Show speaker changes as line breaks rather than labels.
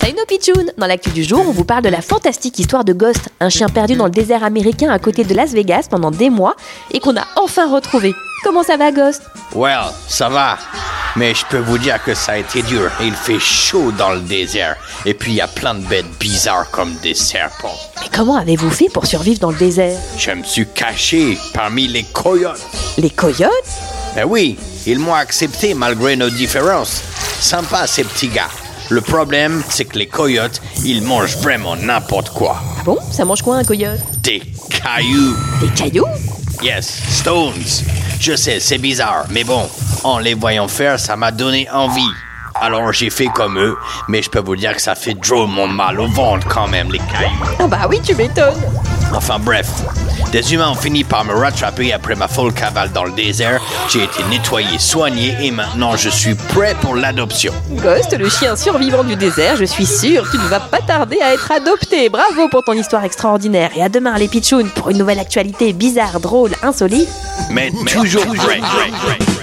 Salut nos pitchounes Dans l'actu du jour, on vous parle de la fantastique histoire de Ghost, un chien perdu dans le désert américain à côté de Las Vegas pendant des mois et qu'on a enfin retrouvé. Comment ça va Ghost
Well, ça va. Mais je peux vous dire que ça a été dur. Il fait chaud dans le désert. Et puis il y a plein de bêtes bizarres comme des serpents.
Mais comment avez-vous fait pour survivre dans le désert
Je me suis caché parmi les coyotes.
Les coyotes
Ben oui, ils m'ont accepté malgré nos différences. Sympa ces petits gars. Le problème, c'est que les coyotes, ils mangent vraiment n'importe quoi.
Ah bon Ça mange quoi un coyote
Des cailloux.
Des cailloux
Yes, stones. Je sais, c'est bizarre, mais bon, en les voyant faire, ça m'a donné envie. Alors j'ai fait comme eux, mais je peux vous dire que ça fait drôlement mal au ventre quand même, les cailloux.
Ah bah oui, tu m'étonnes
Enfin bref, des humains ont fini par me rattraper après ma folle cavale dans le désert. J'ai été nettoyé, soigné et maintenant je suis prêt pour l'adoption.
Ghost, le chien survivant du désert, je suis sûre, tu ne vas pas tarder à être adopté. Bravo pour ton histoire extraordinaire et à demain les pitchounes pour une nouvelle actualité bizarre, drôle, insolite.
Mais toujours prêt. prêt, prêt.